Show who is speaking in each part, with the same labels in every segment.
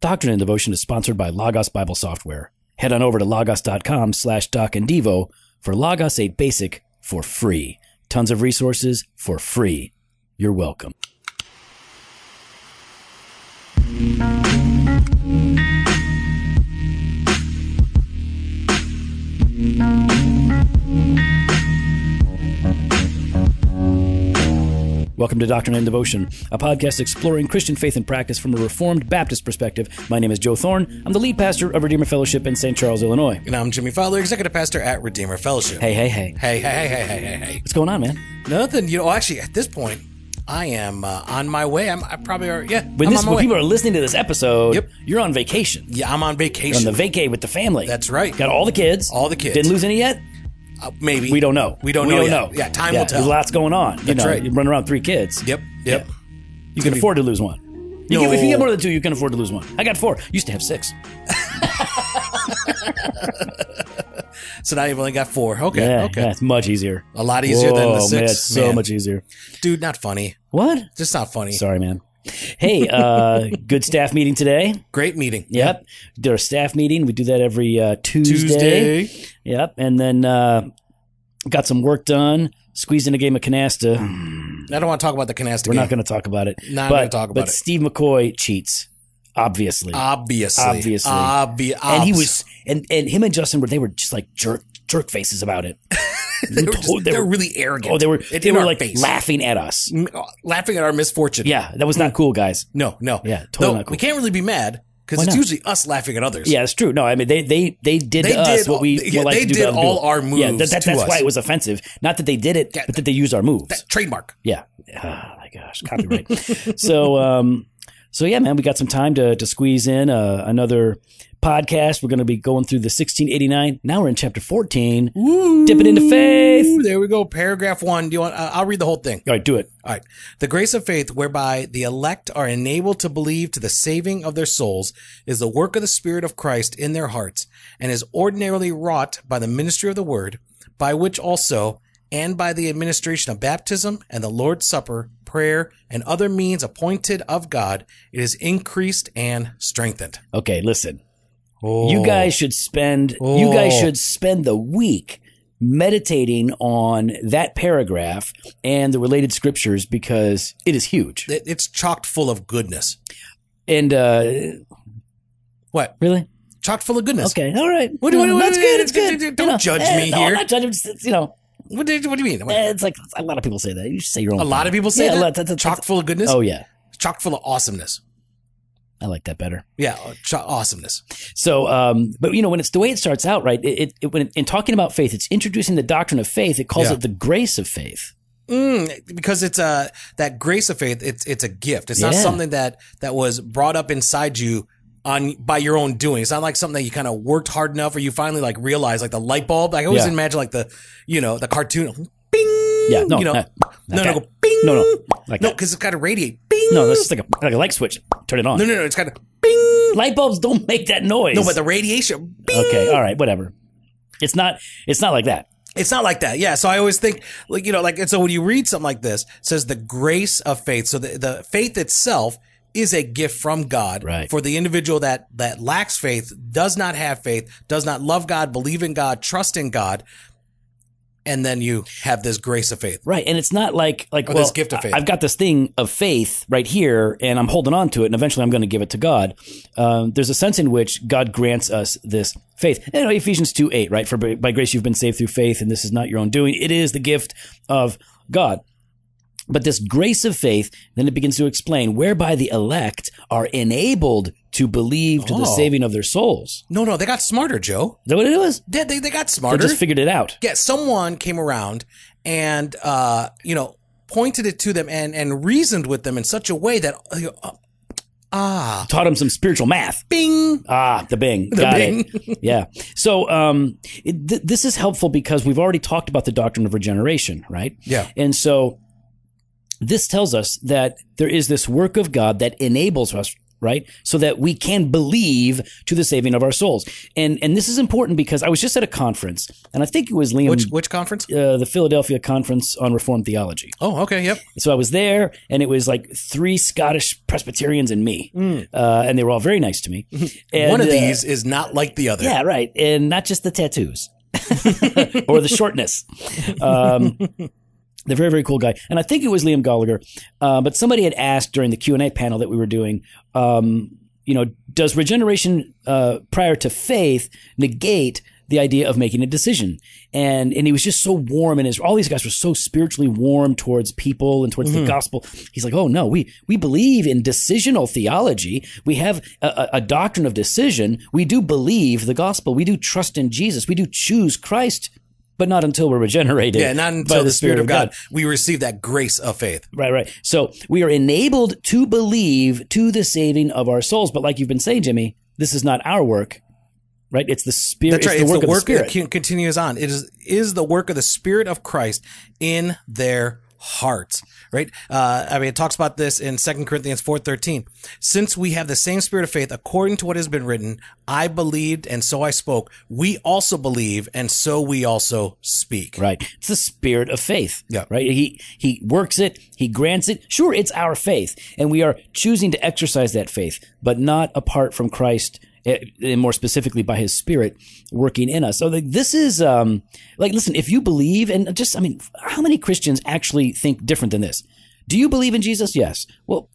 Speaker 1: Doctrine and Devotion is sponsored by Logos Bible Software. Head on over to logos.com slash doc and devo for Logos 8 Basic for free. Tons of resources for free. You're welcome. Welcome to Doctrine and Devotion, a podcast exploring Christian faith and practice from a Reformed Baptist perspective. My name is Joe Thorne. I'm the lead pastor of Redeemer Fellowship in St. Charles, Illinois.
Speaker 2: And I'm Jimmy Fowler, executive pastor at Redeemer Fellowship.
Speaker 1: Hey, hey, hey.
Speaker 2: Hey, hey, hey, hey, hey, hey, hey.
Speaker 1: What's going on, man?
Speaker 2: Nothing. You know, actually, at this point, I am uh, on my way. I'm I probably are. Yeah.
Speaker 1: When,
Speaker 2: I'm
Speaker 1: this,
Speaker 2: on my
Speaker 1: when
Speaker 2: way.
Speaker 1: people are listening to this episode,
Speaker 2: Yep.
Speaker 1: you're on vacation.
Speaker 2: yeah, I'm on
Speaker 1: On
Speaker 2: vacation.
Speaker 1: the vacay with the family.
Speaker 2: That's right.
Speaker 1: Got all the kids.
Speaker 2: All the kids.
Speaker 1: Didn't lose any yet?
Speaker 2: Uh, maybe
Speaker 1: We don't know.
Speaker 2: We don't
Speaker 1: we
Speaker 2: know.
Speaker 1: Don't know.
Speaker 2: yet. Yeah, time will
Speaker 1: There's
Speaker 2: tell.
Speaker 1: lots going on. You
Speaker 2: That's
Speaker 1: know,
Speaker 2: right.
Speaker 1: you run around three kids.
Speaker 2: Yep. Yep.
Speaker 1: You can
Speaker 2: be-
Speaker 1: afford to lose one. You can, if you
Speaker 2: No.
Speaker 1: get more than two, you can afford to lose one. I got four. Used to have six.
Speaker 2: So now you've only got four. Okay.
Speaker 1: yeah,
Speaker 2: okay.
Speaker 1: yeah, it's much easier.
Speaker 2: A lot easier than the
Speaker 1: Whoa,
Speaker 2: six.
Speaker 1: Man, it's so
Speaker 2: Man.
Speaker 1: much easier.
Speaker 2: Dude, not funny.
Speaker 1: What?
Speaker 2: Just not funny.
Speaker 1: Sorry, man. Hey, uh, good staff meeting today.
Speaker 2: Great meeting.
Speaker 1: Yep. Did our staff meeting. We do that every uh,
Speaker 2: Tuesday.
Speaker 1: Yep. And then uh, got some work done. Squeezed in a game of canasta.
Speaker 2: I don't want to talk about the canasta.
Speaker 1: We're
Speaker 2: game.
Speaker 1: not going to talk about it.
Speaker 2: Not
Speaker 1: but,
Speaker 2: gonna talk about
Speaker 1: But
Speaker 2: it.
Speaker 1: Steve McCoy cheats, obviously.
Speaker 2: Obviously.
Speaker 1: Obviously.
Speaker 2: Obvi-
Speaker 1: and he
Speaker 2: obs.
Speaker 1: was, and and him and Justin were they were just like jerk jerk faces about it.
Speaker 2: they were, just-
Speaker 1: Oh, they
Speaker 2: they were
Speaker 1: were-
Speaker 2: really arrogant.
Speaker 1: Oh, they were
Speaker 2: It
Speaker 1: they
Speaker 2: in
Speaker 1: were
Speaker 2: our
Speaker 1: like
Speaker 2: face. Mm.
Speaker 1: laughing at us.
Speaker 2: M- laughing at our misfortune.
Speaker 1: Yeah, that was
Speaker 2: Mm.
Speaker 1: not cool, guys.
Speaker 2: No, no.
Speaker 1: Yeah, totally
Speaker 2: Though,
Speaker 1: not cool.
Speaker 2: We can't really be mad because
Speaker 1: Why
Speaker 2: it's
Speaker 1: not?
Speaker 2: usually us laughing at others.
Speaker 1: Yeah, it's true. No, I mean they they they did
Speaker 2: They
Speaker 1: to us
Speaker 2: did
Speaker 1: what we
Speaker 2: all-
Speaker 1: would
Speaker 2: yeah,
Speaker 1: like
Speaker 2: they
Speaker 1: to do to
Speaker 2: did
Speaker 1: other
Speaker 2: all
Speaker 1: people.
Speaker 2: our
Speaker 1: Yeah, that,
Speaker 2: moves
Speaker 1: that-
Speaker 2: to
Speaker 1: that's
Speaker 2: us.
Speaker 1: why it was offensive. Not that they did it,
Speaker 2: Yeah.
Speaker 1: but that they used our moves.
Speaker 2: That trademark.
Speaker 1: yeah. Oh my gosh, copyright. so um, so yeah, man, we got some time to to squeeze in uh, another podcast. We're going to be going through the 1689. Now we're in chapter 14. Dipping into faith.
Speaker 2: Ooh, there we go. Paragraph one. Do you want? Uh, I'll read the whole thing.
Speaker 1: All right, do it.
Speaker 2: All right. The grace of faith, whereby the elect are enabled to believe to the saving of their souls, is the work of the Spirit of Christ in their hearts, and is ordinarily wrought by the ministry of the Word, by which also, and by the administration of baptism and the Lord's Supper, prayer, and other means appointed of God, it is increased and strengthened.
Speaker 1: Okay, listen. You guys should spend you guys
Speaker 2: Oh.
Speaker 1: should spend the week meditating on that paragraph and the related scriptures because it is huge.
Speaker 2: It- it's chocked full of goodness.
Speaker 1: And uh
Speaker 2: What?
Speaker 1: really?
Speaker 2: Chocked full of goodness.
Speaker 1: Okay. All right.
Speaker 2: What do- what do-
Speaker 1: That's good. It's
Speaker 2: what do-
Speaker 1: good.
Speaker 2: do- don't
Speaker 1: You know,
Speaker 2: judge
Speaker 1: eh,
Speaker 2: me
Speaker 1: no, I'm
Speaker 2: here.
Speaker 1: not judging. It's- it's, you know,
Speaker 2: What do, you- what do you mean?
Speaker 1: eh, it's like a lot of people say that. You should say your own.
Speaker 2: A lot of people say
Speaker 1: Yeah, a
Speaker 2: that.
Speaker 1: lot. That's- that's-
Speaker 2: chock full of goodness.
Speaker 1: Oh yeah,
Speaker 2: chock full of awesomeness.
Speaker 1: I like that better.
Speaker 2: Yeah, ch- awesomeness.
Speaker 1: So, um, but you know, when it's the way it starts out, right? It, it, it when in talking about faith, it's introducing the doctrine of faith. It calls
Speaker 2: Yeah.
Speaker 1: it the grace of faith.
Speaker 2: Mm, because it's uh, that grace of faith. It's it's a gift. It's not
Speaker 1: Yeah.
Speaker 2: something that that was brought up inside you on by your own doing. It's not like something that you kind of worked hard enough, or you finally like realized, like the light bulb. I always
Speaker 1: Yeah.
Speaker 2: imagine like the you know the cartoon. Bing.
Speaker 1: Yeah. No.
Speaker 2: You know.
Speaker 1: not- like
Speaker 2: no, no,
Speaker 1: that.
Speaker 2: go bing.
Speaker 1: No, no, like
Speaker 2: no,
Speaker 1: that.
Speaker 2: because it's got to radiate. Bing.
Speaker 1: No, that's just like a like a light switch. Turn it on.
Speaker 2: No, no, no. It's got to bing.
Speaker 1: Light bulbs don't make that noise.
Speaker 2: No, but the radiation. Bing.
Speaker 1: okay, all right, whatever. It's not. It's not like that.
Speaker 2: It's not like that. Yeah. So I always think like, you know, like, and so when you read something like this, it says the grace of faith. So the, the faith itself is a gift from God
Speaker 1: Right.
Speaker 2: for the individual that, that lacks faith, does not have faith, does not love God, believe in God, trust in God. And then you have this grace of faith.
Speaker 1: Right, and it's not like like
Speaker 2: Or
Speaker 1: well,
Speaker 2: Oh, this gift of faith.
Speaker 1: I've got this thing of faith right here, and I'm holding on to it, and eventually I'm going to give it to God. Um, there's a sense in which God grants us this faith. You know, Ephesians two eight, right? For by by grace you've been saved through faith, and this is not your own doing; it is the gift of God. But this grace of faith, then it begins to explain whereby the elect are enabled to believe to the
Speaker 2: Oh.
Speaker 1: saving of their souls.
Speaker 2: No, no, they got smarter, Joe.
Speaker 1: Is that what it was?
Speaker 2: They, they, they got
Speaker 1: They
Speaker 2: smarter.
Speaker 1: just figured it out.
Speaker 2: yeah, someone came around and uh, you know pointed it to them and and reasoned with them in such a way that uh, ah
Speaker 1: Taught them some spiritual math.
Speaker 2: bing
Speaker 1: Ah, the Bing. Got it. yeah. So um, it, th- this is helpful because we've already talked about the doctrine of regeneration, right?
Speaker 2: yeah
Speaker 1: And so this tells us that there is this work of God that enables us right? So that we can believe to the saving of our souls. And and this is important because I was just at a conference, and I think it was Liam,
Speaker 2: Which which conference?
Speaker 1: uh, the Philadelphia Conference on Reformed Theology.
Speaker 2: Oh, okay, yep.
Speaker 1: So I was there, and it was like three Scottish Presbyterians and me, uh, and they were all very nice to me. And,
Speaker 2: Mm. One of
Speaker 1: uh,
Speaker 2: these is not like the other.
Speaker 1: yeah, right, and not just the tattoos or the shortness. Um, they're very, very cool guy, and I think it was Liam Gallagher, uh, but somebody had asked during the Q and A panel that we were doing, um, you know, does regeneration uh, prior to faith negate? The idea of making a decision, and and he was just so warm, and his all these guys were so spiritually warm towards people and towards
Speaker 2: Mm-hmm.
Speaker 1: the gospel. He's like, oh no, we we believe in decisional theology. We have a, a, a doctrine of decision. We do believe the gospel. We do trust in Jesus. We do choose Christ, but not until we're regenerated.
Speaker 2: Yeah, not
Speaker 1: by
Speaker 2: until the, Spirit, of God, we receive that grace of faith.
Speaker 1: Right, right. So we are enabled to believe to the saving of our souls. But like you've been saying, Jimmy, this is not our work, right? It's the spirit.
Speaker 2: That's right.
Speaker 1: It's the work of the spirit.
Speaker 2: that con- continues on. It is is the work of the Spirit of Christ in their hearts. Right. Uh, I mean, it talks about this in 2 Corinthians four thirteen. Since we have the same spirit of faith, according to what has been written, I believed and so I spoke. We also believe and so we also speak.
Speaker 1: Right. It's the spirit of faith.
Speaker 2: Yeah.
Speaker 1: Right. He he works it. He grants it. Sure, it's our faith, and we are choosing to exercise that faith, but not apart from Christ, eh, and more specifically by His Spirit working in us. So like, this is um like listen, if you believe, and just I mean, how many Christians actually think different than this? Do you believe in Jesus? Yes. Well,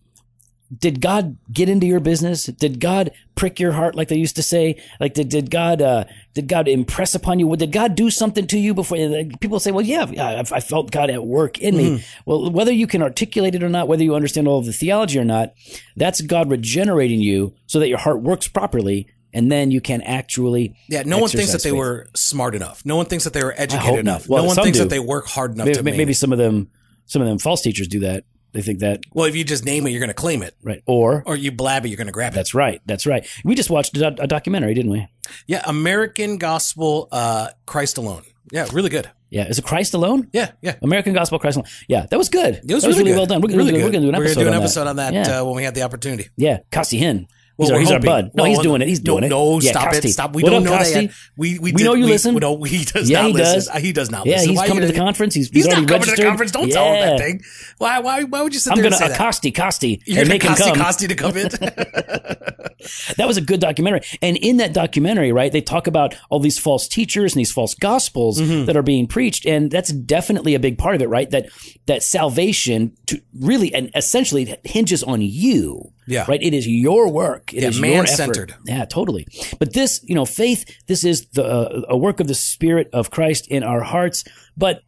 Speaker 1: did God get into your business? Did God prick your heart like they used to say? Like did, did God uh, did God impress upon you? Did God do something to you before? like, people say, well, yeah, I, I felt God at work in me. Well, whether you can articulate it or not, whether you understand all of the theology or not, that's God regenerating you so that your heart works properly, and then you can actually
Speaker 2: Yeah. No one thinks that
Speaker 1: exercise
Speaker 2: they
Speaker 1: faith.
Speaker 2: were smart enough. No one thinks that they were
Speaker 1: hope
Speaker 2: educated enough.
Speaker 1: not. Well,
Speaker 2: no one
Speaker 1: some
Speaker 2: thinks
Speaker 1: do.
Speaker 2: that they work hard enough
Speaker 1: Maybe,
Speaker 2: to maybe.
Speaker 1: maybe some of them some of them false teachers do that. They think that
Speaker 2: Well, if you just name it, you're going to claim it,
Speaker 1: right or.
Speaker 2: or you blab it, you're going to grab it.
Speaker 1: that's right. That's right. We just watched a, doc- a documentary, didn't we?
Speaker 2: Yeah, American Gospel, uh, Christ Alone. Yeah, really good.
Speaker 1: Yeah. Is it Christ alone?
Speaker 2: Yeah, yeah.
Speaker 1: American Gospel Christ. Alone. Yeah, that was good.
Speaker 2: It was,
Speaker 1: that was really
Speaker 2: really, good.
Speaker 1: well done. We're, gonna-
Speaker 2: really
Speaker 1: we're,
Speaker 2: good.
Speaker 1: going to do an episode,
Speaker 2: We're
Speaker 1: on,
Speaker 2: gonna do an episode
Speaker 1: that.
Speaker 2: on that
Speaker 1: Yeah,
Speaker 2: uh, when we have the opportunity.
Speaker 1: yeah. Kasi Hin. He's,
Speaker 2: Well,
Speaker 1: our,
Speaker 2: we're
Speaker 1: he's our
Speaker 2: hoping.
Speaker 1: bud. No,
Speaker 2: Well,
Speaker 1: he's doing it. He's doing
Speaker 2: no,
Speaker 1: it.
Speaker 2: No,
Speaker 1: Yeah,
Speaker 2: stop
Speaker 1: Kosti.
Speaker 2: it. Stop. We
Speaker 1: What
Speaker 2: don't
Speaker 1: up,
Speaker 2: know
Speaker 1: Kosti?
Speaker 2: that. We, we,
Speaker 1: We
Speaker 2: did-
Speaker 1: know you
Speaker 2: we-
Speaker 1: listen.
Speaker 2: we don't- he does
Speaker 1: Yeah,
Speaker 2: not
Speaker 1: he
Speaker 2: listen.
Speaker 1: does.
Speaker 2: Uh, He does not
Speaker 1: Yeah,
Speaker 2: listen.
Speaker 1: he's
Speaker 2: Why
Speaker 1: coming
Speaker 2: you
Speaker 1: to the
Speaker 2: gonna-
Speaker 1: conference. He's,
Speaker 2: He's
Speaker 1: already
Speaker 2: not coming to the
Speaker 1: registered.
Speaker 2: conference. Don't tell him
Speaker 1: Yeah.
Speaker 2: that thing. Why, why, why would you sit
Speaker 1: I'm
Speaker 2: there
Speaker 1: going
Speaker 2: and
Speaker 1: to
Speaker 2: say that?
Speaker 1: Acosti Costi
Speaker 2: You're
Speaker 1: and
Speaker 2: gonna
Speaker 1: make him
Speaker 2: Kosti
Speaker 1: come.
Speaker 2: Kosti to come in?
Speaker 1: That was a good documentary. And in that documentary, right, they talk about all these false teachers and these false gospels
Speaker 2: Mm-hmm.
Speaker 1: that are being preached. And that's definitely a big part of it, right? That that salvation to really and essentially hinges on you.
Speaker 2: Yeah.
Speaker 1: Right? It is your work. It is
Speaker 2: Yeah,
Speaker 1: your effort.
Speaker 2: man-centered.
Speaker 1: Yeah, totally. But this, you know, faith, this is the uh, a work of the spirit of Christ in our hearts, but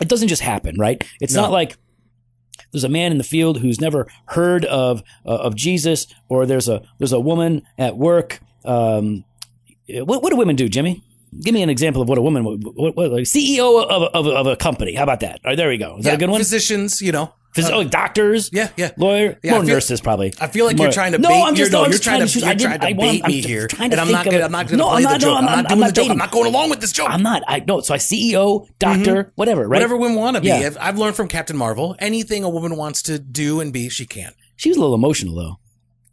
Speaker 1: it doesn't just happen, right? It's
Speaker 2: No.
Speaker 1: not like there's a man in the field who's never heard of uh, of Jesus, or there's a there's a woman at work. Um, what, what do women do, Jimmy? Give me an example of what a woman, would- what, what, like CEO of, a- of, a- of a company. How about that? All right, there we go. Is that
Speaker 2: Yeah,
Speaker 1: a good one?
Speaker 2: Physicians, you know.
Speaker 1: Phys- oh, doctors,
Speaker 2: Yeah, yeah.
Speaker 1: lawyer,
Speaker 2: Yeah, I
Speaker 1: more
Speaker 2: feel-
Speaker 1: nurses probably.
Speaker 2: I feel like
Speaker 1: More-
Speaker 2: you're trying to
Speaker 1: no,
Speaker 2: bait.
Speaker 1: I'm just,
Speaker 2: you're, no,
Speaker 1: I'm
Speaker 2: you're
Speaker 1: just
Speaker 2: trying, to,
Speaker 1: choose-
Speaker 2: you're
Speaker 1: I didn't-
Speaker 2: trying to
Speaker 1: I
Speaker 2: bait
Speaker 1: wanna- I'm
Speaker 2: me
Speaker 1: just
Speaker 2: here,
Speaker 1: trying
Speaker 2: and
Speaker 1: to
Speaker 2: I'm
Speaker 1: think
Speaker 2: not
Speaker 1: of
Speaker 2: gonna,
Speaker 1: it.
Speaker 2: I'm not gonna
Speaker 1: No,
Speaker 2: play
Speaker 1: I'm
Speaker 2: the
Speaker 1: not- no,
Speaker 2: joke.
Speaker 1: I'm- I'm
Speaker 2: doing
Speaker 1: not
Speaker 2: the joke.
Speaker 1: baiting.
Speaker 2: I'm not going along with this joke.
Speaker 1: I'm not. I no. So I CEO, doctor, whatever. Right?
Speaker 2: Mm-hmm. Whatever women want to be.
Speaker 1: Yeah.
Speaker 2: I've, I've learned from Captain Marvel, anything a woman wants to do and be, she can.
Speaker 1: She was a little emotional though.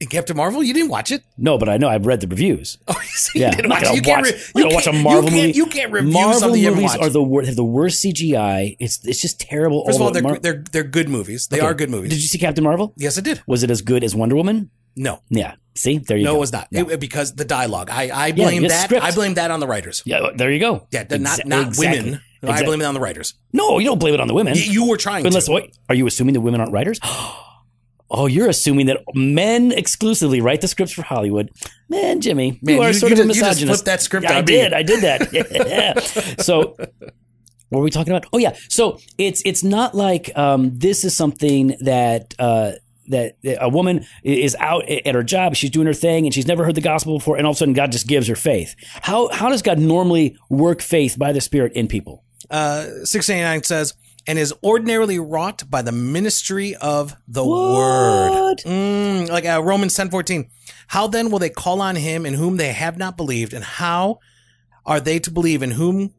Speaker 2: And Captain Marvel, you didn't watch it.
Speaker 1: No, but I know. I've read the reviews.
Speaker 2: Oh, you said
Speaker 1: Yeah,
Speaker 2: you didn't
Speaker 1: I'm not
Speaker 2: watch it.
Speaker 1: gonna
Speaker 2: You can't,
Speaker 1: watch-
Speaker 2: re-
Speaker 1: I'm not
Speaker 2: you
Speaker 1: gonna watch a
Speaker 2: can't-
Speaker 1: Marvel
Speaker 2: you can't,
Speaker 1: movie.
Speaker 2: you can't review
Speaker 1: Marvel
Speaker 2: something you haven't
Speaker 1: movies
Speaker 2: watched.
Speaker 1: are the worst. Have the worst CGI. It's it's just terrible.
Speaker 2: First of all,
Speaker 1: the
Speaker 2: they're,
Speaker 1: Mar-
Speaker 2: they're, they're good movies. They
Speaker 1: Okay.
Speaker 2: are good movies.
Speaker 1: Did you see Captain Marvel?
Speaker 2: yes, I did.
Speaker 1: Was it as good as Wonder Woman?
Speaker 2: No.
Speaker 1: Yeah. See, there you
Speaker 2: No,
Speaker 1: go.
Speaker 2: it was not. It- because the dialogue. I, I
Speaker 1: Yeah,
Speaker 2: blame
Speaker 1: it's
Speaker 2: that.
Speaker 1: script.
Speaker 2: I blame that on the writers.
Speaker 1: yeah, uh, there you go.
Speaker 2: Yeah, they're not,
Speaker 1: Exa-
Speaker 2: not
Speaker 1: exactly.
Speaker 2: women. I
Speaker 1: Exact-
Speaker 2: blame it on the writers.
Speaker 1: No, you don't blame it on the women.
Speaker 2: Y- you were trying
Speaker 1: Unless,
Speaker 2: to.
Speaker 1: wait, are you assuming that women aren't writers? Oh, you're assuming that men exclusively write the scripts for Hollywood. Man, Jimmy,
Speaker 2: Man,
Speaker 1: you are
Speaker 2: you-
Speaker 1: sort
Speaker 2: you
Speaker 1: of a
Speaker 2: just- you just
Speaker 1: misogynist.
Speaker 2: flipped that script
Speaker 1: Yeah, I
Speaker 2: on me.
Speaker 1: did. I did that. Yeah. so, what were we talking about? Oh, yeah. So it's it's not like um, this is something that. Uh, that that a woman i- is out a- at her job, she's doing her thing, and she's never heard the gospel before, and all of a sudden God just gives her faith. How how does God normally work faith by the Spirit in people?
Speaker 2: Uh, 689 says, and is ordinarily wrought by the ministry of the word.
Speaker 1: What?
Speaker 2: Mm, like uh, Romans ten fourteen. How then will they call on him in whom they have not believed? And how are they to believe in whom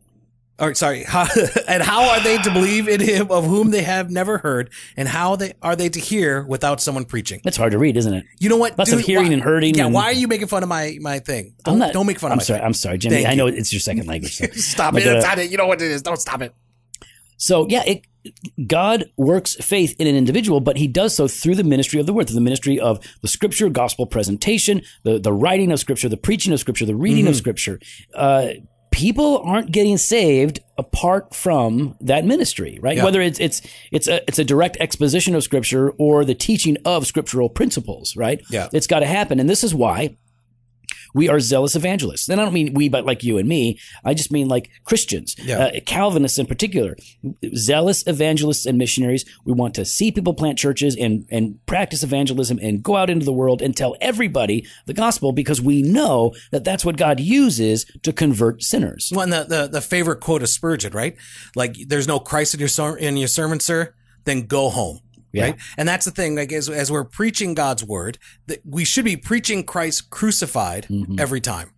Speaker 2: or sorry, how, and how are they to believe in him of whom they have never heard, and how they are they to hear without someone preaching?
Speaker 1: That's hard to read, isn't it?
Speaker 2: You know what?
Speaker 1: Lots of hearing
Speaker 2: why-
Speaker 1: and hurting
Speaker 2: Yeah,
Speaker 1: and-
Speaker 2: why are you making fun of my my thing? Don't,
Speaker 1: I'm not,
Speaker 2: don't make fun
Speaker 1: I'm
Speaker 2: of my
Speaker 1: sorry.
Speaker 2: thing.
Speaker 1: I'm sorry, Jimmy.
Speaker 2: Thank
Speaker 1: I know
Speaker 2: you.
Speaker 1: it's your second language. So,
Speaker 2: Stop
Speaker 1: But,
Speaker 2: it. It's
Speaker 1: uh,
Speaker 2: not it. You know what it is. Don't stop it.
Speaker 1: so yeah, it, God works faith in an individual, but he does so through the ministry of the word, through the ministry of the scripture, gospel presentation, the, the writing of scripture, the preaching of scripture, the reading
Speaker 2: Mm-hmm.
Speaker 1: of scripture. Uh, people aren't getting saved apart from that ministry, right?
Speaker 2: Yeah.
Speaker 1: Whether it's it's it's a it's a direct exposition of scripture or the teaching of scriptural principles, right?
Speaker 2: Yeah.
Speaker 1: It's got to happen. And this is why we are zealous evangelists. And I don't mean we, but like you and me. I just mean like Christians,
Speaker 2: Yeah.
Speaker 1: uh, Calvinists in particular, zealous evangelists and missionaries. We want to see people plant churches and, and practice evangelism and go out into the world and tell everybody the gospel because we know that that's what God uses to convert sinners.
Speaker 2: Well, and the, the the favorite quote of Spurgeon, right? Like, "There's no Christ in your ser- in your sermon, sir. Then go home."
Speaker 1: Yeah.
Speaker 2: Right, and that's the thing. Like, as as we're preaching God's word, that we should be preaching Christ crucified every time.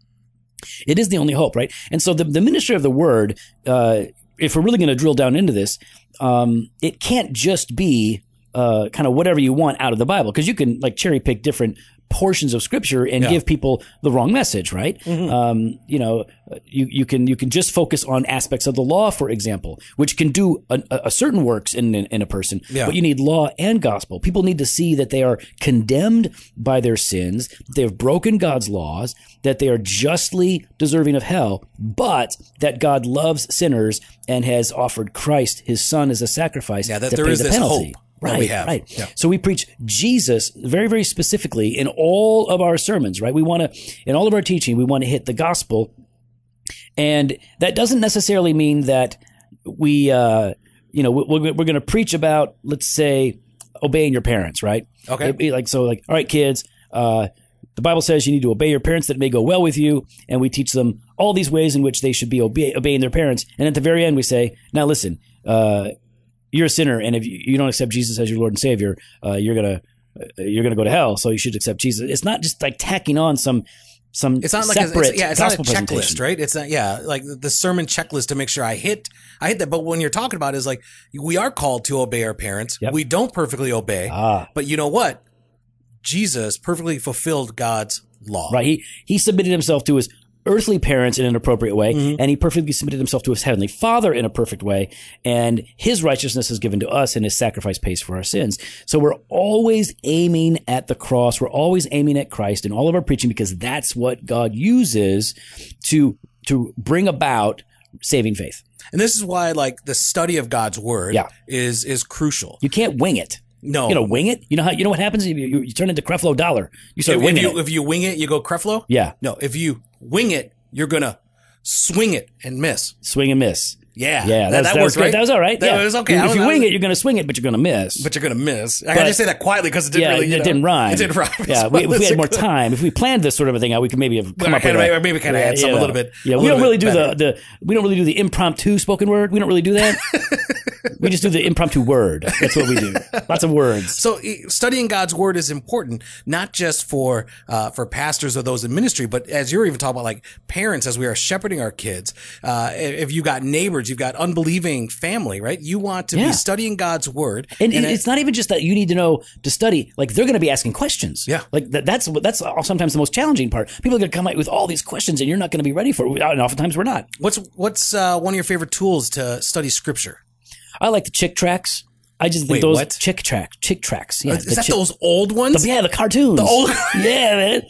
Speaker 1: It is the only hope, right? And so the, the ministry of the word, uh, if we're really going to drill down into this, um, it can't just be uh, kind of whatever you want out of the Bible, because you can like cherry pick different portions of scripture and
Speaker 2: Yeah.
Speaker 1: give people the wrong message, right? Um, you know, you, you can you can just focus on aspects of the law, for example, which can do a, a a certain works in, in, in a person,
Speaker 2: Yeah.
Speaker 1: but you need law and gospel. People need to see that they are condemned by their sins, that they have broken God's laws, that they are justly deserving of hell, but that God loves sinners and has offered Christ, His Son, as a sacrifice.
Speaker 2: Yeah, that
Speaker 1: to
Speaker 2: there
Speaker 1: pay
Speaker 2: is
Speaker 1: the
Speaker 2: this
Speaker 1: penalty.
Speaker 2: hope
Speaker 1: Right,
Speaker 2: that we have.
Speaker 1: right.
Speaker 2: Yeah.
Speaker 1: So we preach Jesus very, very specifically in all of our sermons, right? We want to, in all of our teaching, we want to hit the gospel and that doesn't necessarily mean that we, uh, you know, we're, we're going to preach about, let's say, obeying your parents, right?
Speaker 2: Okay.
Speaker 1: It'd be like so, like all right, kids. Uh, the Bible says you need to obey your parents that it may go well with you, and we teach them all these ways in which they should be obe- obeying their parents. And at the very end, we say, now listen, uh, you're a sinner, and if you, you don't accept Jesus as your Lord and Savior, uh, you're gonna uh, you're gonna go to hell. So you should accept Jesus. It's not just like tacking on some some
Speaker 2: It's not like a,
Speaker 1: separate
Speaker 2: it's, yeah, it's not a
Speaker 1: gospel presentation.
Speaker 2: checklist, right? It's not yeah, like the sermon checklist to make sure I hit I hit that. But when you're talking about is like we are called to obey our parents.
Speaker 1: Yep.
Speaker 2: We don't perfectly obey,
Speaker 1: Ah.
Speaker 2: but you know what? Jesus perfectly fulfilled God's law.
Speaker 1: Right. He he submitted himself to his earthly parents in an appropriate way,
Speaker 2: Mm-hmm.
Speaker 1: and he perfectly submitted himself to his heavenly father in a perfect way, and his righteousness is given to us and his sacrifice pays for our sins. So we're always aiming at the cross. We're always aiming at Christ in all of our preaching because that's what God uses to to bring about saving faith.
Speaker 2: And this is why like the study of God's word
Speaker 1: Yeah.
Speaker 2: is is crucial.
Speaker 1: You can't wing it.
Speaker 2: No.
Speaker 1: You know, wing it. You know how you know what happens? You, you, you turn into Creflo Dollar. You start
Speaker 2: if
Speaker 1: winging
Speaker 2: you
Speaker 1: it.
Speaker 2: if you wing it, you go Creflo?
Speaker 1: Yeah,
Speaker 2: No, if you wing it, you're gonna swing it and miss.
Speaker 1: swing and miss.
Speaker 2: Yeah.
Speaker 1: Yeah, that, that, was good.
Speaker 2: right?
Speaker 1: That was all right.
Speaker 2: That
Speaker 1: yeah.
Speaker 2: was okay.
Speaker 1: If
Speaker 2: I was-
Speaker 1: you
Speaker 2: I
Speaker 1: wing
Speaker 2: was-
Speaker 1: it, you're going to swing it, but you're going to miss.
Speaker 2: but you're gonna miss. I gotta just say that quietly because it didn't
Speaker 1: yeah,
Speaker 2: really. you
Speaker 1: it
Speaker 2: know,
Speaker 1: didn't rhyme.
Speaker 2: It didn't rhyme.
Speaker 1: Yeah, we, if we had more time, if we planned this sort of a thing out, we could maybe have come
Speaker 2: Or
Speaker 1: up with
Speaker 2: kinda-
Speaker 1: a-
Speaker 2: or maybe kinda add some a
Speaker 1: yeah.
Speaker 2: little bit-
Speaker 1: Yeah,
Speaker 2: a
Speaker 1: we
Speaker 2: little
Speaker 1: don't really
Speaker 2: bit
Speaker 1: do the, the we don't really do the impromptu spoken word. We don't really do that. we just do the impromptu word. That's what we do. Lots of words.
Speaker 2: So eh, studying God's word is important, not just for uh, for pastors or those in ministry, but as you're even talking about, like parents, as we are shepherding our kids. Uh, if you got neighbors, you've got unbelieving family, right? You want to
Speaker 1: Yeah.
Speaker 2: be studying God's word, uh,
Speaker 1: And, it-
Speaker 2: it-
Speaker 1: it's not even just that you need to know to study. Like they're going to be asking questions.
Speaker 2: Yeah.
Speaker 1: Like that, that's what- that's sometimes the most challenging part. People are going to come out with all these questions, and you're not going to be ready for it. And oftentimes we're not.
Speaker 2: what's what's uh, one of your favorite tools to study Scripture?
Speaker 1: I like the chick tracks. I just think
Speaker 2: Wait,
Speaker 1: those
Speaker 2: what?
Speaker 1: chick tracks, chick tracks. Yeah,
Speaker 2: Is that
Speaker 1: chick-
Speaker 2: those old ones?
Speaker 1: yeah, the cartoons.
Speaker 2: old-
Speaker 1: yeah, man.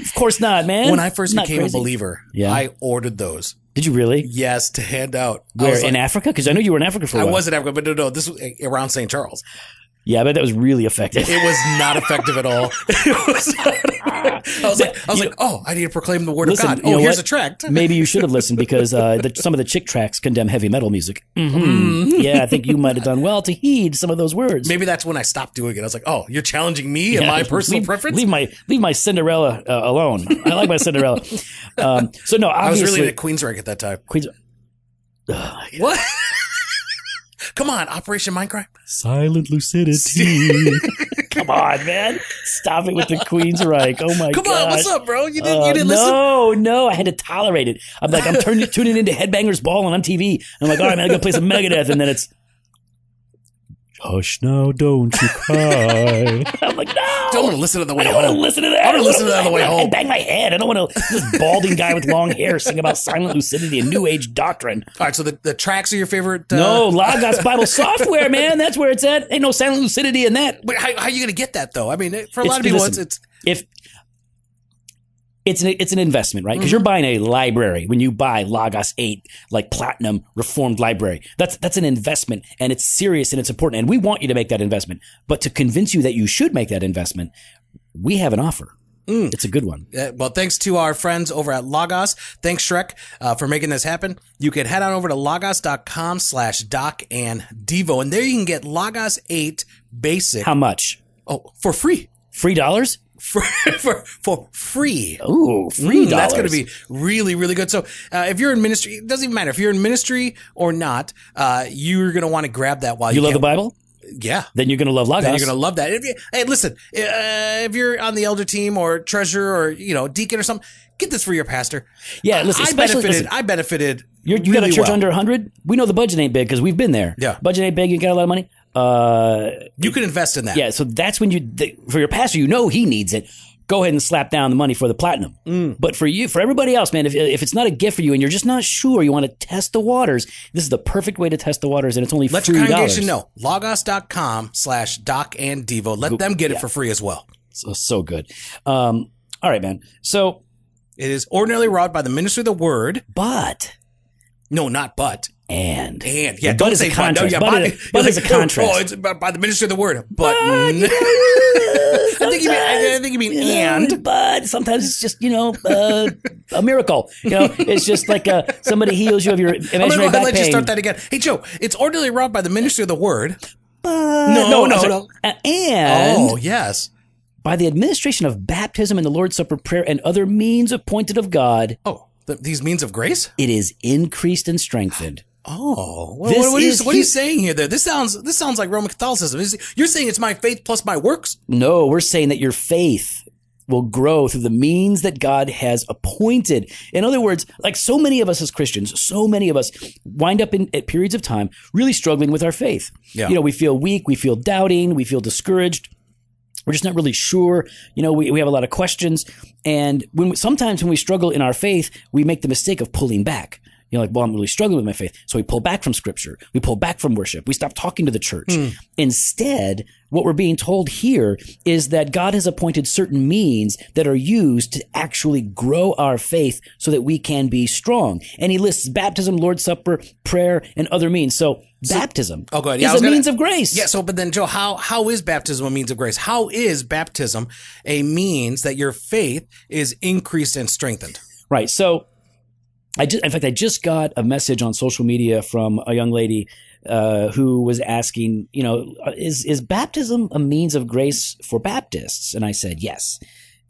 Speaker 1: Of course not, man.
Speaker 2: when I first
Speaker 1: Not
Speaker 2: became
Speaker 1: crazy.
Speaker 2: a believer,
Speaker 1: Yeah.
Speaker 2: I ordered those.
Speaker 1: did you really?
Speaker 2: Yes, to hand out. I
Speaker 1: Where
Speaker 2: was
Speaker 1: in
Speaker 2: like-
Speaker 1: Africa? Because I know you were in Africa for a
Speaker 2: I
Speaker 1: while.
Speaker 2: was in Africa, but no, no, this was eh, around St. Charles.
Speaker 1: Yeah, I bet that was really effective. Ah.
Speaker 2: It was not effective at all. It was not effective. I was like, I was like, oh, I need to proclaim the word
Speaker 1: Listen,
Speaker 2: of God.
Speaker 1: you
Speaker 2: Oh,
Speaker 1: know
Speaker 2: here's
Speaker 1: what?
Speaker 2: a tract.
Speaker 1: Maybe you should have listened because uh, the, some of the chick tracks condemn heavy metal music.
Speaker 2: Mm-hmm.
Speaker 1: Mhm. Yeah, I think you might have done well to heed some of those words.
Speaker 2: Maybe that's when I stopped doing it. I was like, oh, you're challenging me and
Speaker 1: Yeah,
Speaker 2: my personal
Speaker 1: leave,
Speaker 2: preference.
Speaker 1: Leave my leave my Cinderella uh, alone. I like my Cinderella. Um, so no,
Speaker 2: I was
Speaker 1: obviously,
Speaker 2: really into Queensrÿche at that time.
Speaker 1: Queens.
Speaker 2: What? Come on, Operation Minecraft.
Speaker 3: Silent lucidity.
Speaker 1: Come on, man. Stop it with the Queen's Reich. Oh my
Speaker 2: Come
Speaker 1: gosh.
Speaker 2: on, what's up, bro? You didn't,
Speaker 1: Uh,
Speaker 2: you didn't listen.
Speaker 1: no, no, I had to tolerate it. I'm like, I'm turning, tuning into Headbangers Ball on MTV. I'm like, all right, man, I'm gonna play some Megadeth, and then it's,
Speaker 3: Hush now, don't you cry.
Speaker 1: I'm like, no,
Speaker 2: Don't want to listen to the way
Speaker 1: I don't want to
Speaker 2: home.
Speaker 1: listen to that.
Speaker 2: I don't listen to that on the way
Speaker 1: I-
Speaker 2: home.
Speaker 1: I bang my head. I don't want to this balding guy with long hair sing about silent lucidity and New Age doctrine.
Speaker 2: All right, so the, the tracks are your favorite. Uh,
Speaker 1: No, Logos Bible software, man. That's where it's at. Ain't no silent lucidity in that.
Speaker 2: But how, how are you going to get that though? I mean, it- for a
Speaker 1: It's-
Speaker 2: lot of people,
Speaker 1: listen.
Speaker 2: it's,
Speaker 1: if it's an it's an investment, right? Because you're
Speaker 2: Mm-hmm.
Speaker 1: buying a library when you buy Lagos Eight, like Platinum Reformed Library. That's that's an investment, and it's serious and it's important. And we want you to make that investment. But to convince you that you should make that investment, we have an offer. It's a good one.
Speaker 2: it's uh, well, thanks to our friends over at Logos. Thanks Shrek uh, for making this happen. You can head on over to logos.com slash doc and devo, and there you can get Logos Eight Basic
Speaker 1: How much?
Speaker 2: oh for free.
Speaker 1: Free dollars?
Speaker 2: For, for, for free.
Speaker 1: Ooh, free
Speaker 2: Mm,
Speaker 1: Oh, dollars.
Speaker 2: That's going to be really, really good. So, uh, if you're in ministry, it doesn't even matter if you're in ministry or not. Uh, you're going to want to grab that while you,
Speaker 1: You love the
Speaker 2: can.
Speaker 1: Bible?
Speaker 2: yeah.
Speaker 1: Then you're gonna love
Speaker 2: Then
Speaker 1: Lagos.
Speaker 2: you're going to love that. If you, hey, listen, uh, if you're on the elder team or treasurer or you know deacon or something, get this for your pastor.
Speaker 1: yeah, listen.
Speaker 2: I
Speaker 1: especially,
Speaker 2: benefited.
Speaker 1: listen,
Speaker 2: I benefited.
Speaker 1: You're, you got
Speaker 2: really
Speaker 1: a church
Speaker 2: well.
Speaker 1: under 100? We know the budget ain't big because we've been there.
Speaker 2: Yeah.
Speaker 1: Budget ain't big. You got a lot of money. Uh,
Speaker 2: You can invest in that.
Speaker 1: yeah, so that's when you, th- for your pastor, you know he needs it. Go ahead and slap down the money for the platinum.
Speaker 2: Mm.
Speaker 1: But for you, for everybody else, man, if, if it's not a gift for you and you're just not sure, you want to test the waters, this is the perfect way to test the waters and it's only
Speaker 2: Let
Speaker 1: $3.
Speaker 2: your congregation know. Logos.com slash doc and devo. Let them get it for free as well.
Speaker 1: So, so good. Um, all right, man. So,
Speaker 2: It is ordinarily wrought by the ministry of the word.
Speaker 1: but,
Speaker 2: No, not but.
Speaker 1: and.
Speaker 2: And yeah,
Speaker 1: But
Speaker 2: don't
Speaker 1: is a
Speaker 2: say but. No,
Speaker 1: contrast.
Speaker 2: yeah,
Speaker 1: But
Speaker 2: but,
Speaker 1: is-
Speaker 2: you're
Speaker 1: but is a
Speaker 2: like, no,
Speaker 1: contrast.
Speaker 2: Oh, it's by, by the ministry of the word. But, "Oh, I think you mean. I, I think you mean and.
Speaker 1: and but sometimes it's just you know uh, a miracle you know it's just like uh, somebody heals you of your
Speaker 2: I'm gonna go
Speaker 1: imaginary
Speaker 2: ahead and
Speaker 1: back
Speaker 2: let
Speaker 1: pain
Speaker 2: you start that again. Hey Joe, it's ordinarily wrought by the ministry of the word.
Speaker 1: But-
Speaker 2: No, no,
Speaker 1: I'm sorry.
Speaker 2: no.
Speaker 1: Uh, and
Speaker 2: oh yes.
Speaker 1: by the administration of baptism and the lord's supper prayer and other means appointed of god
Speaker 2: Oh, th- these means of grace.
Speaker 1: it is increased and strengthened
Speaker 2: Oh, what,
Speaker 1: This
Speaker 2: what, what, are,
Speaker 1: is
Speaker 2: you, what are you
Speaker 1: hu-
Speaker 2: saying here? There, this sounds this sounds like Roman Catholicism. Is- You're saying it's my faith plus my works.
Speaker 1: no we're saying that your faith will grow through the means that God has appointed. In other words, like so many of us as Christians, so many of us wind up in at periods of time really struggling with our faith.
Speaker 2: Yeah.
Speaker 1: You know, we feel weak, we feel doubting, we feel discouraged. we're just not really sure you know we, we have a lot of questions and when we, sometimes when we struggle in our faith we make the mistake of pulling back you know like well i'm really struggling with my faith so we pull back from scripture we pull back from worship we stop talking to the church
Speaker 2: Hmm.
Speaker 1: instead what we're being told here is that god has appointed certain means that are used to actually grow our faith so that we can be strong and he lists baptism lord's supper prayer and other means so, baptism
Speaker 2: Oh, go ahead.
Speaker 1: is
Speaker 2: Yeah, I
Speaker 1: a
Speaker 2: was gonna-
Speaker 1: means of grace
Speaker 2: Yeah. So, but then Joe, how how is baptism a means of grace? How is baptism a means that your faith is increased and strengthened?
Speaker 1: Right. So, I just, in fact, I just got a message on social media from a young lady uh, who was asking, you know, uh, is is baptism a means of grace for Baptists? And I said yes.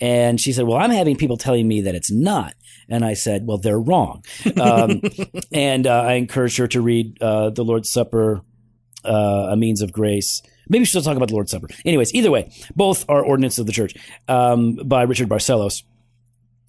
Speaker 1: And she said, well, I'm having people telling me that it's not. And I said, well, they're wrong. Um, and uh, I encouraged her to read uh, the Lord's Supper, uh, a means of grace. Maybe she'll talk about the Lord's Supper. Anyways, either way, both are ordinances of the church um, by Richard Barcelos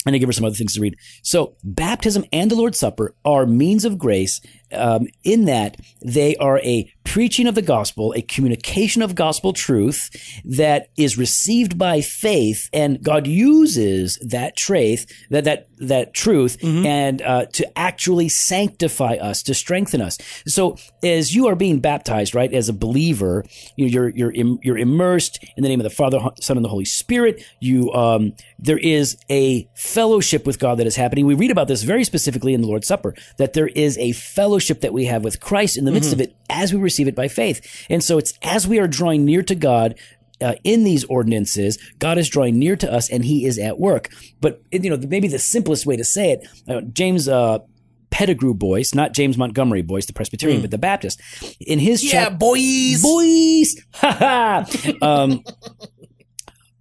Speaker 1: and I give her some other things to read. So, baptism and the Lord's Supper are means of grace um, in that they are a preaching of the gospel, a communication of gospel truth that is received by faith, and God uses that truth, that that that truth, and uh, to actually sanctify us, to strengthen us. So, as you are being baptized, right, as a believer, you know, you're you're im- you're immersed in the name of the Father, Son, and the Holy Spirit. You um, there is a fellowship with God that is happening. We read about this very specifically in the Lord's Supper that there is a fellowship that we have with Christ in the midst of it as we receive it by faith. And so it's as we are drawing near to God. Uh, in these ordinances, God is drawing near to us, and He is at work. But you know, maybe the simplest way to say it, uh, James uh, Pettigrew Boyce, not James Montgomery Boyce, the Presbyterian, but the Baptist, in his
Speaker 2: Yeah,
Speaker 1: chap-
Speaker 2: boys.
Speaker 1: Boyce. Ha ha. Um,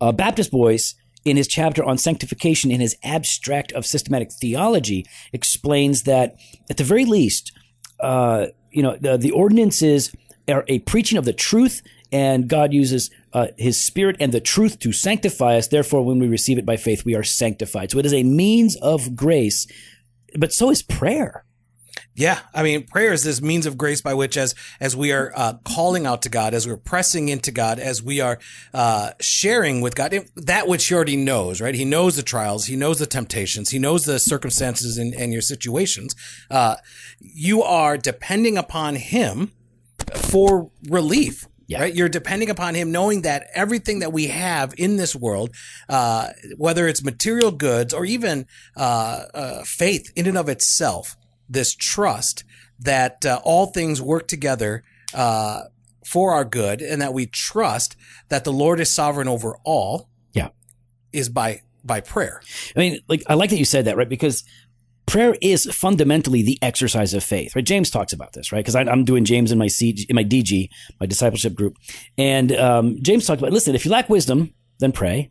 Speaker 1: uh, Baptist Boyce, in his chapter on sanctification in his abstract of systematic theology, explains that at the very least, uh, you know, the, the ordinances are a preaching of the truth, and God uses uh, His Spirit and the truth to sanctify us. Therefore, when we receive it by faith, we are sanctified. So it is a means of grace, but so is prayer.
Speaker 2: Yeah, I mean, prayer is this means of grace by which, as as we are uh, calling out to God, as we're pressing into God, as we are uh, sharing with God that which He already knows, right? He knows the trials, He knows the temptations, He knows the circumstances and, and your situations. Uh, you are depending upon Him for relief.
Speaker 1: Yeah.
Speaker 2: Right, you're depending upon him, knowing that everything that we have in this world, uh, whether it's material goods or even uh, uh, faith in and of itself, this trust that uh, all things work together uh, for our good, and that we trust that the Lord is sovereign over all.
Speaker 1: Yeah.
Speaker 2: is by by prayer.
Speaker 1: I mean, like I like that you said that, right? Because prayer is fundamentally the exercise of faith, right? James talks about this, right? Because I'm doing James in my CG, in my DG, my discipleship group, and um, James talked about. Listen, if you lack wisdom, then pray,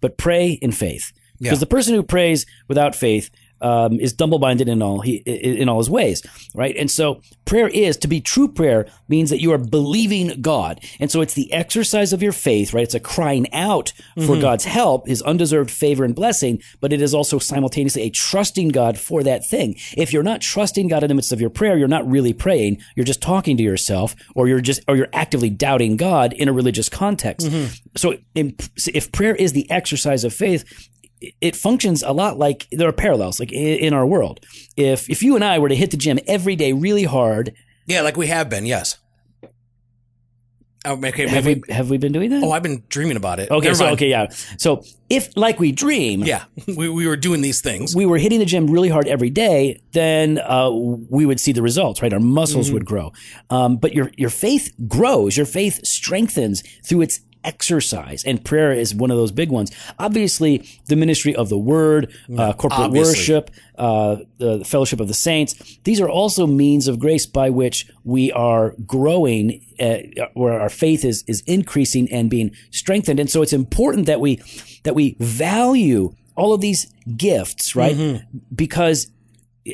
Speaker 1: but pray in faith,
Speaker 2: Yeah.
Speaker 1: because the person who prays without faith. Um, is double-minded in all he i- in all his ways, right? And so prayer is to be true. Prayer means that you are believing God, and so it's the exercise of your faith, right? It's a crying out for God's help, His undeserved favor and blessing, but it is also simultaneously a trusting God for that thing. If you're not trusting God in the midst of your prayer, you're not really praying. You're just talking to yourself, or you're just, or you're actively doubting God in a religious context.
Speaker 2: Mm-hmm.
Speaker 1: So, in, if prayer is the exercise of faith, it functions a lot like there are parallels, like i- in our world. If if you and I were to hit the gym every day really hard,
Speaker 2: Yeah, like we have been. Yes. Oh, okay,
Speaker 1: have
Speaker 2: maybe-
Speaker 1: we have we been doing that?
Speaker 2: oh, I've been dreaming about it.
Speaker 1: okay,
Speaker 2: Never
Speaker 1: so
Speaker 2: mind.
Speaker 1: okay, yeah. So if like we dream,
Speaker 2: Yeah, we, we were doing these things.
Speaker 1: we were hitting the gym really hard every day, then uh, we would see the results, right? Our muscles would grow. Um, but your, your faith grows, your faith strengthens through its exercise. And prayer is one of those big ones. Obviously, the ministry of the word, uh, corporate
Speaker 2: obviously.
Speaker 1: worship, uh, the fellowship of the saints, these are also means of grace by which we are growing, uh, where our faith is, is increasing and being strengthened. And so it's important that we, that we value all of these gifts, right? Because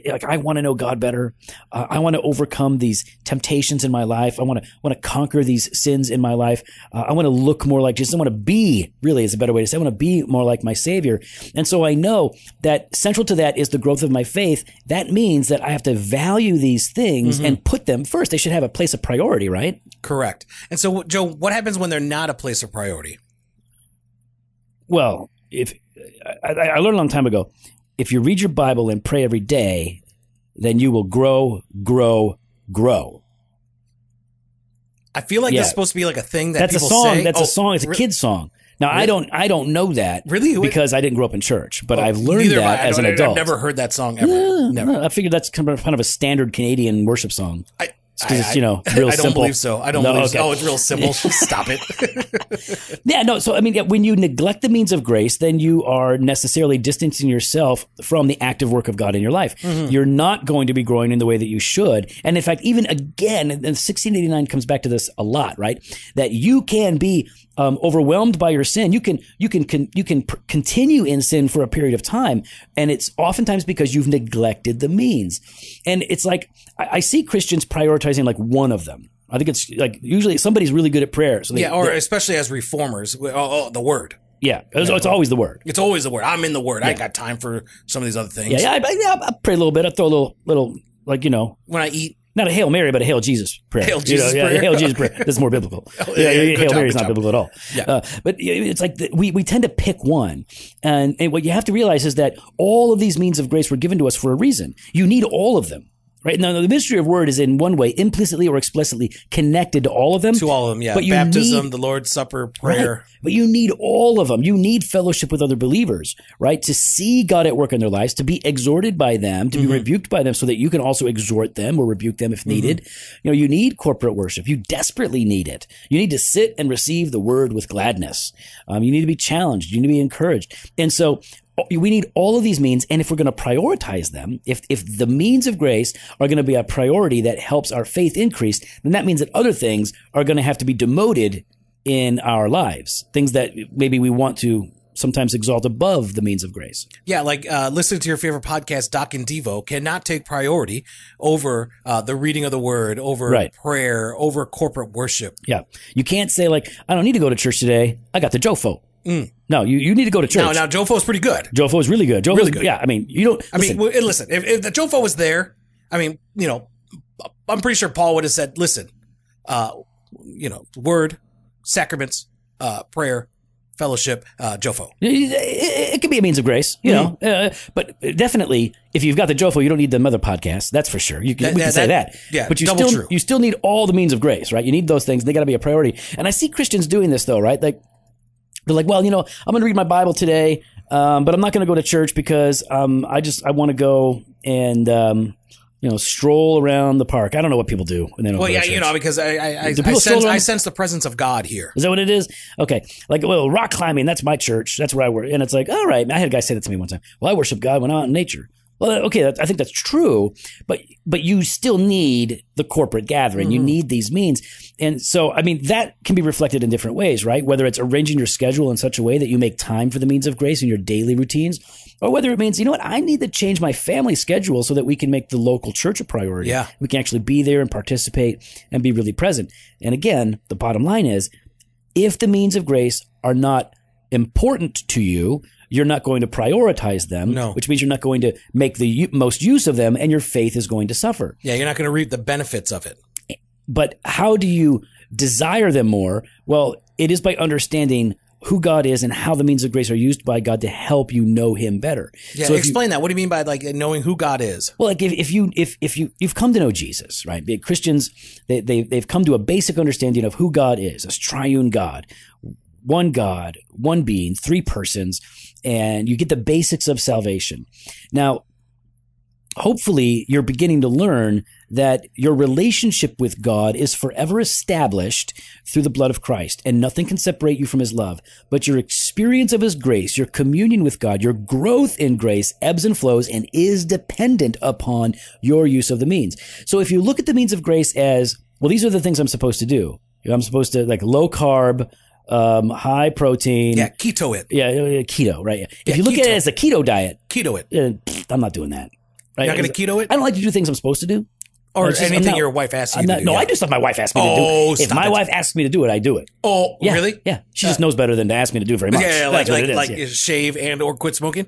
Speaker 1: like I want to know God better. Uh, I want to overcome these temptations in my life. I want to want to conquer these sins in my life. Uh, I want to look more like Jesus. I want to be really is a better way to say. I want to be more like my Savior. And so I know that central to that is the growth of my faith. That means that I have to value these things and put them first. They should have a place of priority, right?
Speaker 2: Correct. And so, Joe, what happens when they're not a place of priority?
Speaker 1: Well, if I, I I learned a long time ago, if you read your Bible and pray every day, then you will grow, grow, grow.
Speaker 2: I feel like
Speaker 1: Yeah.
Speaker 2: that's supposed to be like a thing that
Speaker 1: that's a
Speaker 2: people
Speaker 1: song.
Speaker 2: say.
Speaker 1: That's
Speaker 2: Oh,
Speaker 1: a song. It's a
Speaker 2: re-
Speaker 1: kid's song. Now I don't I don't know that
Speaker 2: Really? What-
Speaker 1: because I didn't grow up in church, but I've learned
Speaker 2: Neither have
Speaker 1: that
Speaker 2: I. I
Speaker 1: as an
Speaker 2: don't-
Speaker 1: adult. Uh,
Speaker 2: I've never heard that song ever. never.
Speaker 1: I figured that's kind of kind of a standard Canadian worship song.
Speaker 2: I,
Speaker 1: It's 'cause it's, you know, real
Speaker 2: I don't
Speaker 1: simple.
Speaker 2: believe so. I don't
Speaker 1: No,
Speaker 2: believe so.
Speaker 1: okay.
Speaker 2: Oh, it's real simple. Stop it.
Speaker 1: Yeah, no. So I mean, yeah, when you neglect the means of grace, then you are necessarily distancing yourself from the active work of God in your life.
Speaker 2: Mm-hmm.
Speaker 1: You're not going to be growing in the way that you should. And in fact, even again, and 1689 comes back to this a lot, right? That you can be um, overwhelmed by your sin. You can you can, can you can pr- continue in sin for a period of time, and it's oftentimes because you've neglected the means. And it's like I, I see Christians prioritizing like one of them. I think it's like usually somebody's really good at prayer, so they,
Speaker 2: yeah, or especially as reformers, we- oh, oh, the word.
Speaker 1: yeah, it's, it's always the word.
Speaker 2: It's always the word. I'm in the word. I ain't got time for some of these other things.
Speaker 1: Yeah, yeah, I, I, I pray a little bit. I throw a little, little, like you know,
Speaker 2: When I eat,
Speaker 1: not a Hail Mary, but a Hail Jesus prayer.
Speaker 2: Hail
Speaker 1: You
Speaker 2: Jesus
Speaker 1: know, yeah,
Speaker 2: prayer. Oh,
Speaker 1: Hail Jesus prayer. That's more biblical.
Speaker 2: yeah,
Speaker 1: yeah,
Speaker 2: yeah, good
Speaker 1: Hail
Speaker 2: job,
Speaker 1: Mary is
Speaker 2: good
Speaker 1: not
Speaker 2: job.
Speaker 1: biblical at all.
Speaker 2: Yeah.
Speaker 1: Uh, but it's like the, we we tend to pick one, and, and what you have to realize is that all of these means of grace were given to us for a reason. You need all of them. Right now, the ministry of word is in one way, implicitly or explicitly connected to all of them.
Speaker 2: to all of them, yeah.
Speaker 1: But you
Speaker 2: Baptism,
Speaker 1: need-
Speaker 2: the Lord's Supper,
Speaker 1: Right.
Speaker 2: prayer.
Speaker 1: But you need all of them. You need fellowship with other believers, right? To see God at work in their lives, to be exhorted by them, to be rebuked by them so that you can also exhort them or rebuke them if needed. You know, you need corporate worship. You desperately need it. You need to sit and receive the word with gladness. Um, you need to be challenged. You need to be encouraged. And so, oh, we need all of these means and if we're going to prioritize them if if the means of grace are going to be a priority that helps our faith increase then that means that other things are going to have to be demoted in our lives things that maybe we want to sometimes exalt above the means of grace.
Speaker 2: Yeah, like uh, listening to your favorite podcast, Doc and Devo, cannot take priority over uh, the reading of the word, over
Speaker 1: Right.
Speaker 2: prayer, over corporate worship.
Speaker 1: Yeah. You can't say like, I don't need to go to church today. I got the Jofo.
Speaker 2: Mm.
Speaker 1: No, you, you need to go to church.
Speaker 2: Now, now, Jofo's pretty good.
Speaker 1: Jofo is really good. Jofo
Speaker 2: Really
Speaker 1: is-
Speaker 2: good.
Speaker 1: Yeah. I mean, you don't.
Speaker 2: I mean, well, and listen, if, if the Jofo was there, I mean, you know, I'm pretty sure Paul would have said, listen, uh, you know, word, sacraments, uh, prayer, fellowship, uh, Jofo.
Speaker 1: It, it, it could be a means of grace, you
Speaker 2: Mm-hmm.
Speaker 1: know. Uh, but definitely, if you've got the Jofo, you don't need the mother podcast. That's for sure. You can,
Speaker 2: That-
Speaker 1: we can
Speaker 2: that-
Speaker 1: say
Speaker 2: that-
Speaker 1: that.
Speaker 2: yeah,
Speaker 1: but you
Speaker 2: double
Speaker 1: still
Speaker 2: true.
Speaker 1: you still need all the means of grace, right? You need those things. They got to be a priority. And I see Christians doing this though, right? Like they're like, well, you know, I'm going to read my Bible today, um, but I'm not going to go to church because um, I just I want to go and um, you know stroll around the park. I don't know what people do when they don't.
Speaker 2: Well,
Speaker 1: go to
Speaker 2: yeah, you
Speaker 1: church.
Speaker 2: know, because I, I, I, I,
Speaker 1: Do people still
Speaker 2: sense,
Speaker 1: learn-
Speaker 2: I sense the presence of God here.
Speaker 1: Is that what it is? Okay. Like, well, rock climbing, that's my church. That's where I work. And it's like, all right. I had a guy say that to me one time. Well, I worship God when I'm out in nature. Well, okay, that, I think that's true, but but you still need the corporate gathering. You need these means, and so I mean that can be reflected in different ways, right? Whether it's arranging your schedule in such a way that you make time for the means of grace in your daily routines, or whether it means you know what I need to change my family schedule so that we can make the local church a priority.
Speaker 2: Yeah.
Speaker 1: we can actually be there and participate and be really present. And again, the bottom line is if the means of grace are not important to you, you're not going to prioritize them,
Speaker 2: No.
Speaker 1: which means you're not going to make the u- most use of them, and your faith is going to suffer.
Speaker 2: Yeah, you're not going to reap the benefits of it.
Speaker 1: But how do you desire them more? Well, it is by understanding who God is and how the means of grace are used by God to help you know Him better.
Speaker 2: Yeah,
Speaker 1: So if you-
Speaker 2: explain that. What do you mean by like knowing who God is?
Speaker 1: Well, like if, if you if if you you've come to know Jesus, right? The Christians they, they they've come to a basic understanding of who God is, as triune God, one God, one being, three persons, and you get the basics of salvation. Now, hopefully, you're beginning to learn that your relationship with God is forever established through the blood of Christ, and nothing can separate you from His love. But your experience of His grace, your communion with God, your growth in grace ebbs and flows and is dependent upon your use of the means. So if you look at the means of grace as, well, these are the things I'm supposed to do. You know, I'm supposed to like low carb, um, high protein.
Speaker 2: Yeah, keto it,
Speaker 1: Yeah, yeah, keto, right? If
Speaker 2: Yeah,
Speaker 1: you look at
Speaker 2: keto.
Speaker 1: it as a keto diet,
Speaker 2: keto it.
Speaker 1: uh, pfft, I'm not doing that. Right?
Speaker 2: You're not going to
Speaker 1: Because
Speaker 2: keto it,
Speaker 1: I don't like to do things I'm supposed to do.
Speaker 2: or
Speaker 1: it's just- I'm
Speaker 2: anything
Speaker 1: not-
Speaker 2: your wife asks you
Speaker 1: I'm
Speaker 2: to
Speaker 1: not,
Speaker 2: do.
Speaker 1: no,
Speaker 2: yeah.
Speaker 1: I do stuff my wife asks me
Speaker 2: Oh,
Speaker 1: to do. If
Speaker 2: stop
Speaker 1: my
Speaker 2: it.
Speaker 1: wife asks me to do it, I do it.
Speaker 2: Oh,
Speaker 1: Yeah,
Speaker 2: really?
Speaker 1: Yeah. She just knows better than to ask me to do very much.
Speaker 2: Yeah, yeah,
Speaker 1: That's
Speaker 2: like
Speaker 1: what
Speaker 2: like,
Speaker 1: it is.
Speaker 2: like
Speaker 1: yeah.
Speaker 2: shave and or quit smoking.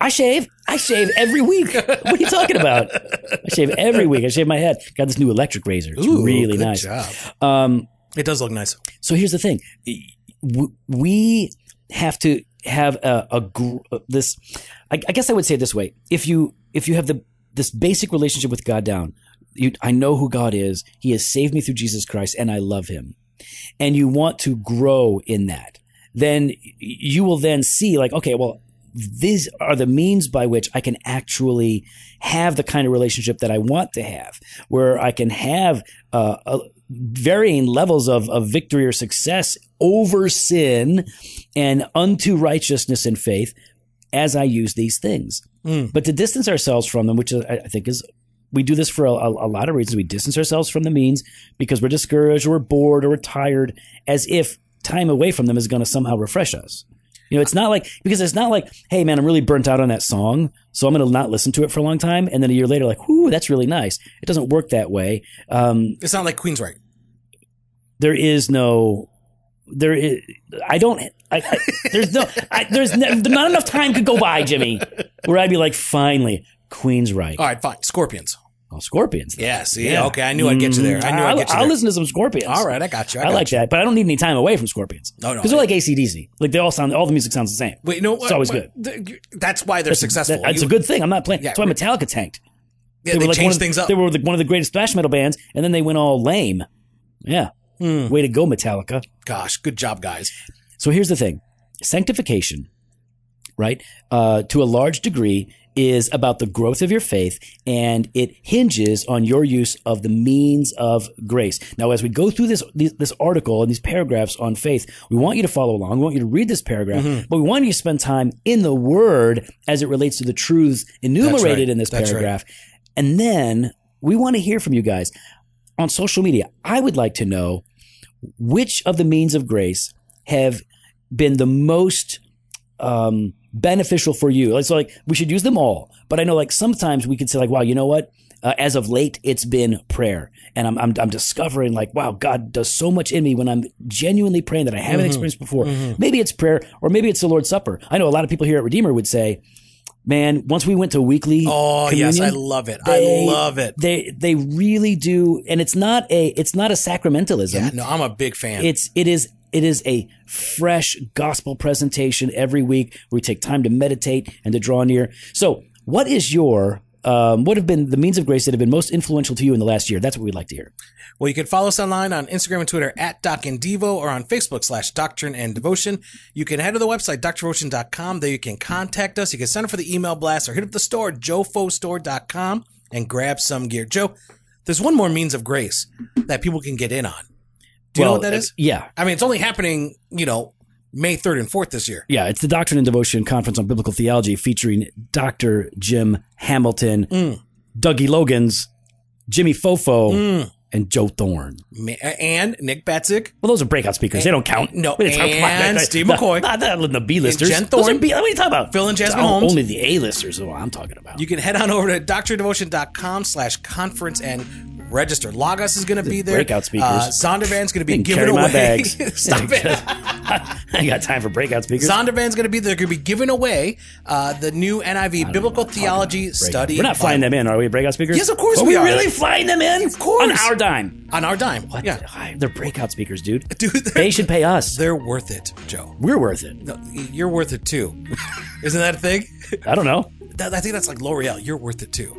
Speaker 1: I shave. I shave every week. what are you talking about? I shave every week. I shave my head. Got this new electric razor. It's really
Speaker 2: good
Speaker 1: nice.
Speaker 2: Job.
Speaker 1: Um,
Speaker 2: It does look nice.
Speaker 1: So here's the thing: W- we have to have a, a gr- this. I, I guess I would say it this way: if you if you have the this basic relationship with God down, you, I know who God is. He has saved me through Jesus Christ, and I love Him. And you want to grow in that, then y- you will then see like, okay, well. These are the means by which I can actually have the kind of relationship that I want to have, where I can have uh, a, varying levels of, of victory or success over sin and unto righteousness and faith as I use these things.
Speaker 2: Mm.
Speaker 1: But to distance ourselves from them, which I I think is, we do this for a, a lot of reasons. We distance ourselves from the means because we're discouraged or we're bored or we're tired, as if time away from them is going to somehow refresh us. You know, it's not like, because it's not like, hey, man, I'm really burnt out on that song, so I'm going to not listen to it for a long time. And then a year later, like, whoo, that's really nice. It doesn't work that way. Um,
Speaker 2: It's not like Queen's right.
Speaker 1: there is no there is i don't I, I, there's no I, there's ne- not enough time could go by jimmy where i'd be like finally queen's right
Speaker 2: All right, fine. Scorpions.
Speaker 1: oh, scorpions
Speaker 2: Yeah, see? Okay, I knew I'd get you there. I knew I'd
Speaker 1: will
Speaker 2: get you there.
Speaker 1: I'll listen to some scorpions
Speaker 2: All right, I got you. I,
Speaker 1: i,
Speaker 2: got
Speaker 1: like
Speaker 2: you.
Speaker 1: that but i don't need any time away from scorpions
Speaker 2: No, no,
Speaker 1: because
Speaker 2: I-
Speaker 1: they're like acdc like they all sound all the music sounds the same
Speaker 2: Wait, you know what?
Speaker 1: It's always
Speaker 2: What- th- That's why they're successful.
Speaker 1: that's
Speaker 2: You-
Speaker 1: a good thing i'm not playing
Speaker 2: Yeah,
Speaker 1: that's why metallica tanked
Speaker 2: yeah, they,
Speaker 1: like one
Speaker 2: change
Speaker 1: of,
Speaker 2: things up.
Speaker 1: they were like one of the greatest thrash metal bands and then they went all lame yeah
Speaker 2: Hmm.
Speaker 1: way to go metallica
Speaker 2: Gosh, good job, guys.
Speaker 1: So here's the thing sanctification, right, uh, to a large degree, is about the growth of your faith and it hinges on your use of the means of grace. Now, as we go through this, this this article and these paragraphs on faith, we want you to follow along. We want you to read this paragraph,
Speaker 2: Mm-hmm.
Speaker 1: but we want you to spend time in the word as it relates to the truths enumerated
Speaker 2: right.
Speaker 1: in this
Speaker 2: That's right.
Speaker 1: paragraph. And then we want to hear from you guys on social media. I would like to know which of the means of grace have been the most um, beneficial for you? So like we should use them all, but I know like sometimes we could say like, wow, you know what? Uh, as of late, it's been prayer, and I'm, I'm I'm discovering like, wow, God does so much in me when I'm genuinely praying that I
Speaker 2: Mm-hmm.
Speaker 1: haven't experienced before. Maybe it's prayer, or maybe it's the Lord's Supper. I know a lot of people here at Redeemer would say. Man, once we went to weekly,
Speaker 2: Oh yes, I
Speaker 1: communion,
Speaker 2: love it.
Speaker 1: they-
Speaker 2: I love it.
Speaker 1: they they really do and it's not a it's not a sacramentalism
Speaker 2: Yeah, no, I'm a big fan.
Speaker 1: it's it is it is a fresh gospel presentation every week where we take time to meditate and to draw near so what is your um, what have been the means of grace that have been most influential to you in the last year that's what we'd like to hear
Speaker 2: Well, you can follow us online on Instagram and Twitter at Doc and Devo or on Facebook slash Doctrine and Devotion. You can head to the website, drdevotion.com. There you can contact us. You can sign up for the email blast or hit up the store, jofostore.com, and grab some gear. Joe, there's one more means of grace that people can get in on. Do you know what that
Speaker 1: uh,
Speaker 2: is?
Speaker 1: yeah
Speaker 2: I mean, it's only happening, you know, May 3rd and 4th this year.
Speaker 1: yeah, it's the Doctrine and Devotion Conference on Biblical Theology featuring Dr. Jim Hamilton,
Speaker 2: Mm.
Speaker 1: Dougie Logans, Jimmy Fofo,
Speaker 2: Mm.
Speaker 1: and Joe Thorne.
Speaker 2: Ma- And Nick Batzik,
Speaker 1: Well, those are breakout speakers. they don't count.
Speaker 2: no,
Speaker 1: We didn't talk about
Speaker 2: and
Speaker 1: that.
Speaker 2: Steve
Speaker 1: No,
Speaker 2: McCoy.
Speaker 1: Not, not, the B-listers.
Speaker 2: And Jen
Speaker 1: Those are
Speaker 2: Thorne.
Speaker 1: B- what are you talking about?
Speaker 2: Phil and Jasmine
Speaker 1: Oh,
Speaker 2: Holmes.
Speaker 1: Only the A-listers is what I'm talking about.
Speaker 2: You can head on over to doctrinedevotion.com slash conference and register. Lagos is going to be there.
Speaker 1: breakout speakers.
Speaker 2: Uh, Zondervan's going to be
Speaker 1: can
Speaker 2: giving
Speaker 1: carry
Speaker 2: away.
Speaker 1: my bags.
Speaker 2: Stop it.
Speaker 1: I ain't got time for breakout speakers.
Speaker 2: Zondervan's going to be there. They're going to be giving away uh, the new NIV Biblical Theology Study.
Speaker 1: We're not flying
Speaker 2: Bible.
Speaker 1: them in, are we? Breakout speakers?
Speaker 2: Yes, of course
Speaker 1: Are
Speaker 2: we
Speaker 1: we
Speaker 2: are.
Speaker 1: really flying them in? Of
Speaker 2: course.
Speaker 1: On our dime.
Speaker 2: on our dime.
Speaker 1: What?
Speaker 2: Yeah,
Speaker 1: They're breakout speakers, dude.
Speaker 2: Dude, they're-
Speaker 1: they should pay us.
Speaker 2: they're worth it, Joe.
Speaker 1: We're worth it.
Speaker 2: No, you're worth it too. Isn't that a thing?
Speaker 1: I don't know.
Speaker 2: That- I think that's like L'Oreal. You're worth it too,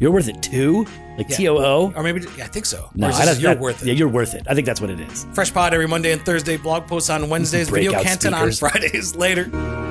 Speaker 1: You're worth it too? Like
Speaker 2: Yeah.
Speaker 1: T-O-O?
Speaker 2: or maybe yeah, I think so.
Speaker 1: No,
Speaker 2: or is
Speaker 1: I
Speaker 2: this
Speaker 1: don't-
Speaker 2: you're
Speaker 1: that-
Speaker 2: worth it.
Speaker 1: Yeah, you're worth it. I think that's what it is.
Speaker 2: Fresh pod every Monday and Thursday. Blog posts on Wednesdays. Video
Speaker 1: Breakout
Speaker 2: content on
Speaker 1: speakers.
Speaker 2: Fridays. Later.